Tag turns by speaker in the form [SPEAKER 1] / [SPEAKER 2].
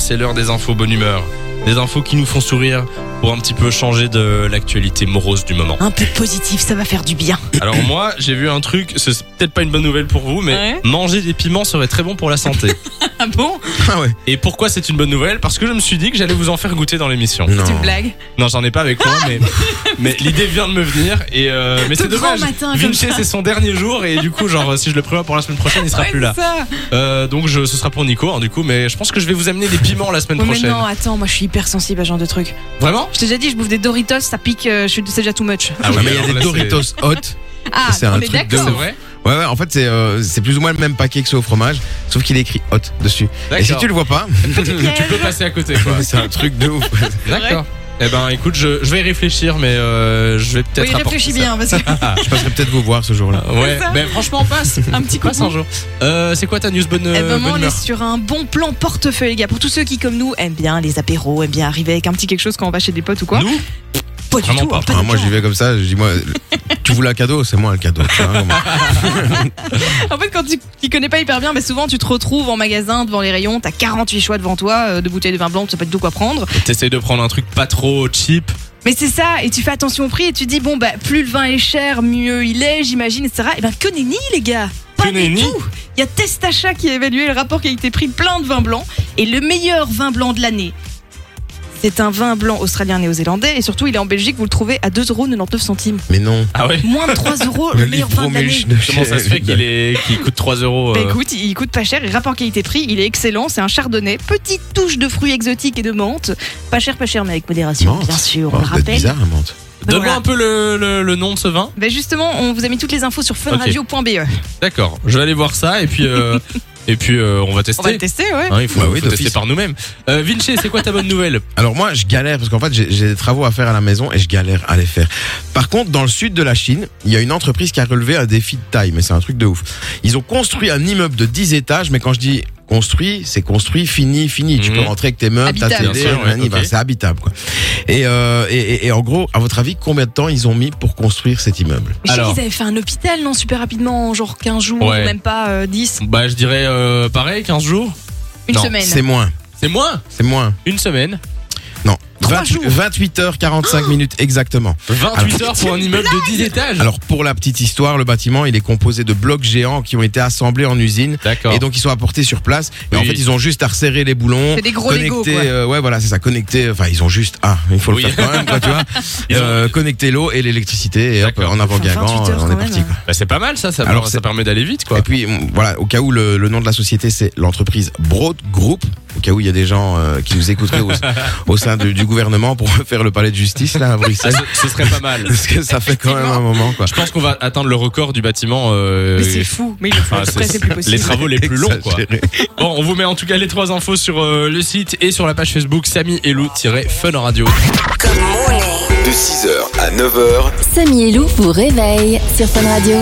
[SPEAKER 1] C'est l'heure des infos bonne humeur. Des infos qui nous font sourire pour un petit peu changer de l'actualité morose du moment.
[SPEAKER 2] Un peu de positif, ça va faire du bien.
[SPEAKER 1] Alors moi, j'ai vu un truc, c'est peut-être pas une bonne nouvelle pour vous, mais
[SPEAKER 2] Ouais.
[SPEAKER 1] manger des piments serait très bon pour la santé.
[SPEAKER 2] Ah bon
[SPEAKER 3] Ah ouais.
[SPEAKER 1] Et pourquoi c'est une bonne nouvelle Parce que je me suis dit que j'allais vous en faire goûter dans l'émission.
[SPEAKER 3] Non.
[SPEAKER 2] blague.
[SPEAKER 1] Non, j'en ai pas avec moi, mais, mais l'idée vient de me venir. Et euh, mais
[SPEAKER 2] De
[SPEAKER 1] c'est
[SPEAKER 2] grand
[SPEAKER 1] dommage.
[SPEAKER 2] matin, comme
[SPEAKER 1] Vinci, c'est son dernier jour, et du coup, genre, si je le prévois pour la semaine prochaine, il sera plus là.
[SPEAKER 2] ça.
[SPEAKER 1] Euh, donc, je, ce sera pour Nico, hein, du coup, mais je pense que je vais vous amener des piments la semaine
[SPEAKER 2] Ouais, Oh, mais
[SPEAKER 1] prochaine.
[SPEAKER 2] non, attends, moi je suis hyper sensible à ce genre de truc.
[SPEAKER 1] Vraiment
[SPEAKER 2] Je t'ai déjà dit, je bouffe des Doritos, ça pique, euh, je suis c'est déjà too much.
[SPEAKER 1] Ah
[SPEAKER 3] Ah, mais il y a
[SPEAKER 1] alors
[SPEAKER 3] des
[SPEAKER 1] là, c'est-
[SPEAKER 3] Doritos hot.
[SPEAKER 2] Ah,
[SPEAKER 3] C'est un
[SPEAKER 2] on est
[SPEAKER 3] truc
[SPEAKER 1] C'est
[SPEAKER 3] de
[SPEAKER 2] d'accord.
[SPEAKER 1] vrai
[SPEAKER 3] Ouais, ouais, en fait, c'est euh, c'est plus ou moins le même paquet que c'est au fromage, sauf qu'il est écrit hot dessus. Et si
[SPEAKER 1] D'accord.
[SPEAKER 3] tu le vois pas, bah,
[SPEAKER 1] tu peux passer à côté, quoi.
[SPEAKER 3] c'est un truc de ouf.
[SPEAKER 1] D'accord. Eh ben, écoute, je, je vais y réfléchir, mais euh, je vais peut-être.
[SPEAKER 2] Oui, réfléchis
[SPEAKER 1] apporter
[SPEAKER 2] bien parce que
[SPEAKER 3] Je passerai peut-être vous voir ce jour-là.
[SPEAKER 1] ça. Ouais,
[SPEAKER 2] ça.
[SPEAKER 1] ben franchement, passe.
[SPEAKER 2] un petit coup.
[SPEAKER 1] Passe un jour. Euh, c'est quoi ta news bonne,
[SPEAKER 2] Eh ben,
[SPEAKER 1] euh,
[SPEAKER 2] moi,
[SPEAKER 1] bonne
[SPEAKER 2] on est
[SPEAKER 1] humeur
[SPEAKER 2] sur un bon plan portefeuille, les gars. Pour tous ceux qui, comme nous, aiment bien les apéros, aiment bien arriver avec un petit quelque chose quand on va chez des potes ou quoi.
[SPEAKER 1] Nous
[SPEAKER 2] pas du
[SPEAKER 1] Vraiment
[SPEAKER 2] tout.
[SPEAKER 1] pas.
[SPEAKER 2] hein,
[SPEAKER 3] Ah,
[SPEAKER 2] du
[SPEAKER 3] moi,
[SPEAKER 2] tout.
[SPEAKER 3] j'y vais comme ça, je dis, moi, tu voulais un cadeau, c'est moi le cadeau. tu vois, vraiment.
[SPEAKER 2] En fait, quand tu t'y connais pas hyper bien, mais souvent tu te retrouves en magasin devant les rayons, t'as 48 choix devant toi euh, de bouteilles de vin blanc, tu sais pas du tout quoi prendre.
[SPEAKER 1] T'essayes de prendre un truc pas trop cheap.
[SPEAKER 2] Mais c'est ça, et tu fais attention au prix et tu dis bon bah plus le vin est cher, mieux il est, j'imagine, etc. Et ben que nenni les gars Pas
[SPEAKER 1] Que
[SPEAKER 2] du
[SPEAKER 1] nenni.
[SPEAKER 2] tout Il y a Testacha qui a évalué le rapport qualité-prix de plein de vins blancs et le meilleur vin blanc de l'année. C'est un vin blanc australien néo-zélandais et surtout il est en Belgique, vous le trouvez à 2,99€.
[SPEAKER 3] Mais non.
[SPEAKER 1] Ah ouais
[SPEAKER 2] Moins de 3 euros,
[SPEAKER 3] Le
[SPEAKER 2] le meilleur
[SPEAKER 3] livre
[SPEAKER 2] vin de l'année.
[SPEAKER 3] Romulus de
[SPEAKER 1] Comment ça se fait
[SPEAKER 3] chez-
[SPEAKER 1] qu'il est, qu'il coûte 3 euros
[SPEAKER 2] Bah
[SPEAKER 1] euh,
[SPEAKER 2] écoute, il coûte pas cher et rapport qualité-prix, il est excellent. C'est un chardonnay, petite touche de fruits exotiques et de menthe. Pas cher, pas cher, mais avec modération,
[SPEAKER 3] Menthe.
[SPEAKER 2] bien sûr,
[SPEAKER 3] Oh,
[SPEAKER 1] Ah,
[SPEAKER 2] on le
[SPEAKER 3] ça doit être
[SPEAKER 2] rappelle.
[SPEAKER 3] bizarre, un menthe.
[SPEAKER 1] Donne-moi
[SPEAKER 2] voilà.
[SPEAKER 1] un peu le, le- le nom de ce vin.
[SPEAKER 2] Ben justement, on vous a mis toutes les infos sur funradio.be.
[SPEAKER 1] D'accord. Je vais aller voir ça et puis, euh, et puis euh, on va tester.
[SPEAKER 2] On va le tester, ouais.
[SPEAKER 1] Hein, il faut,
[SPEAKER 3] Bah oui,
[SPEAKER 1] faut tester
[SPEAKER 3] d'office.
[SPEAKER 1] par nous-mêmes. Euh, Vinci, c'est quoi ta bonne nouvelle
[SPEAKER 3] Alors moi, je galère parce qu'en fait, j'ai j'ai des travaux à faire à la maison et je galère à les faire. Par contre, dans le sud de la Chine, il y a une entreprise qui a relevé un défi de taille, mais c'est un truc de ouf. Ils ont construit un immeuble de 10 étages, mais quand je dis construit, c'est construit, fini, fini. Tu
[SPEAKER 1] Mhm.
[SPEAKER 3] peux rentrer avec tes meubles, ta
[SPEAKER 2] Habitable.
[SPEAKER 3] télé,
[SPEAKER 1] Bien sûr, ouais,
[SPEAKER 3] nanani,
[SPEAKER 1] ok.
[SPEAKER 3] ben, c'est habitable. Quoi. Et, euh, et, et- et en gros, à votre avis, combien de temps ils ont mis pour construire cet immeuble
[SPEAKER 2] Je sais
[SPEAKER 1] Alors.
[SPEAKER 2] qu'ils avaient fait un hôpital, non, super rapidement, en genre 15 jours,
[SPEAKER 1] Ouais.
[SPEAKER 2] ou même pas euh, 10,
[SPEAKER 1] Bah, je dirais euh, pareil, 15 jours.
[SPEAKER 2] une
[SPEAKER 1] Non,
[SPEAKER 2] semaine.
[SPEAKER 3] C'est moins,
[SPEAKER 1] C'est moins
[SPEAKER 3] c'est moins.
[SPEAKER 1] Une semaine.
[SPEAKER 3] Non,
[SPEAKER 2] Trois jours. Oh
[SPEAKER 3] 28 h 45 minutes exactement.
[SPEAKER 1] 28
[SPEAKER 3] Alors-
[SPEAKER 1] heures pour un immeuble de 10 étages.
[SPEAKER 3] Alors pour la petite histoire, le bâtiment, il est composé de blocs géants qui ont été assemblés en usine
[SPEAKER 1] D'accord.
[SPEAKER 3] Et donc ils sont apportés sur place. Et en
[SPEAKER 1] Oui.
[SPEAKER 3] fait ils ont juste à resserrer les boulons.
[SPEAKER 2] C'est des gros Lego,
[SPEAKER 3] connecter,
[SPEAKER 2] quoi.
[SPEAKER 3] euh, ouais voilà c'est ça, connecter. Enfin ils ont juste ah il faut
[SPEAKER 1] Oui.
[SPEAKER 3] le faire quand même quoi tu vois.
[SPEAKER 1] Ils ont-
[SPEAKER 3] Euh, connecter l'eau et l'électricité et hop
[SPEAKER 1] D'accord.
[SPEAKER 3] en avant
[SPEAKER 2] Enfin,
[SPEAKER 3] Guingamp
[SPEAKER 2] 28 heures
[SPEAKER 3] on
[SPEAKER 2] quand
[SPEAKER 3] est parti
[SPEAKER 2] même.
[SPEAKER 3] quoi.
[SPEAKER 1] Bah, c'est pas mal ça, ça,
[SPEAKER 3] Alors,
[SPEAKER 1] ça
[SPEAKER 3] c'est-
[SPEAKER 1] permet d'aller vite quoi.
[SPEAKER 3] Et puis mm, voilà au cas où le, le nom de la société c'est l'entreprise Broad Group. Au cas où il y a des gens euh, qui nous écouteraient au, au sein du, du gouvernement pour faire le palais de justice là à
[SPEAKER 1] Ça,
[SPEAKER 3] Bruxelles.
[SPEAKER 1] ce, ce serait pas mal.
[SPEAKER 3] Parce que ça fait quand même un moment quoi.
[SPEAKER 1] Je pense qu'on va atteindre le record du bâtiment. euh,
[SPEAKER 2] Mais c'est fou, mais ils le font
[SPEAKER 1] Ah,
[SPEAKER 2] exprès,
[SPEAKER 1] c'est-
[SPEAKER 2] c'est plus possible.
[SPEAKER 1] les travaux les plus longs quoi.
[SPEAKER 3] Exagéré.
[SPEAKER 1] Bon, on vous met en tout cas les trois infos sur euh, le site et sur la page Facebook Samy et Lou-Fun Radio.
[SPEAKER 4] De 6h à 9h,
[SPEAKER 5] Samy et Lou vous réveille sur Fun Radio.